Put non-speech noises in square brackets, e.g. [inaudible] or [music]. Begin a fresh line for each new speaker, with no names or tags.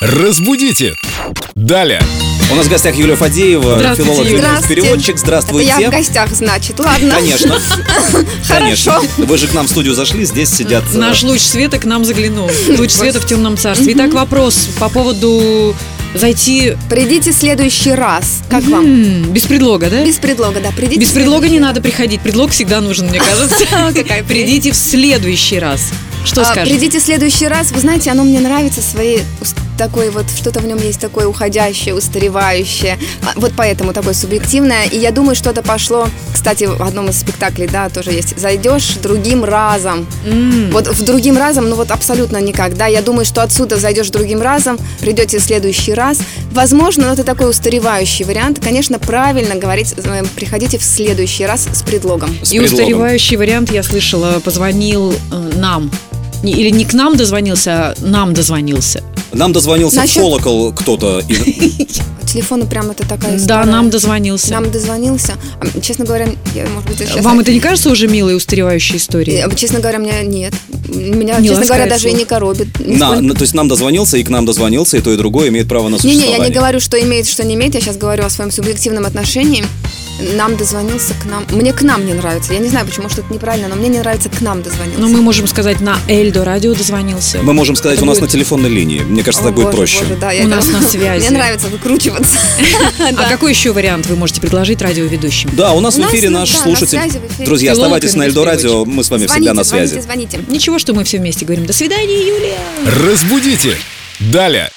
Разбудите! Далее!
У нас в гостях Юлия Фадеева,
Здравствуйте, Юля.
филолог, филолог,
Здравствуйте.
переводчик. Здравствуйте.
Это я в гостях, значит. Ладно. [laughs]
Конечно. Конечно.
Хорошо.
Вы же к нам в студию зашли, здесь сидят. э,
Наш луч света к нам заглянул. Луч света в темном царстве. Итак, вопрос по поводу зайти
Придите в следующий раз. Как вам?
м, без предлога, да?
Без предлога, да. Придите.
Без предлога не надо приходить. Предлог всегда нужен, мне
[laughs]
кажется.
Какая
Придите в следующий раз. Что
А,
скажете?
Придите в следующий раз. Вы знаете, оно мне нравится своей ус- такой вот, что-то в нем есть такое уходящее, устаревающее. А, Вот поэтому такое субъективное. И я думаю, что-то пошло, кстати, в одном из спектаклей, да, тоже есть. Зайдешь другим разом.
М,
Вот в другим разом, ну вот абсолютно никак, да. Я думаю, что отсюда зайдешь другим разом, придете в следующий раз. Возможно, но это такой устаревающий вариант. Конечно, правильно говорить, э, приходите в следующий раз с предлогом.
с
И
предлогом.
устаревающий вариант, я слышала, позвонил э, нам. Не- Или не к нам дозвонился, а нам дозвонился.
Нам дозвонился в
Насчет-
колокол кто-то.
[laughs]
и-
Телефону прям это такая
Да,
история.
нам дозвонился.
Нам дозвонился. А, м, Честно говоря, я, может быть, сейчас...
Вам это не кажется уже милой устаревающей
Э,
историей?
Честно говоря, меня нет. Меня,
Не
честно говоря,
ласкает
даже и
слух.
не коробит.
На- на- То есть нам дозвонился, и к нам дозвонился, и то, и другое имеет право на
Не-не,
существование.
я не говорю, что имеет, что не имеет. Я сейчас говорю о своем субъективном отношении. Нам дозвонился к нам. Мне к нам не нравится. Я не знаю, почему, может, это неправильно, но мне не нравится к нам дозвонился.
Ну,
Но Ну, мы можем сказать, на Эльдо радио дозвонился.
Мы можем сказать,
Это
у нас на
будет-
телефонной линии. Мне кажется,
О,
так будет
боже,
проще.
боже, да, я
У
это-
нас на связи.
[laughs] Мне нравится выкручиваться.
А какой еще вариант вы можете предложить радиоведущим?
Да, у нас
У
в
нас,
эфире
ну,
наш
да, на
слушатель.
связи в эфире.
Друзья,
Филолог
оставайтесь на
Игорь
Эльдо радио, мы с вами всегда на связи.
Звоните, звоните.
Ничего, что мы все вместе говорим. До свидания, Юлия!
Разбудите! Далее!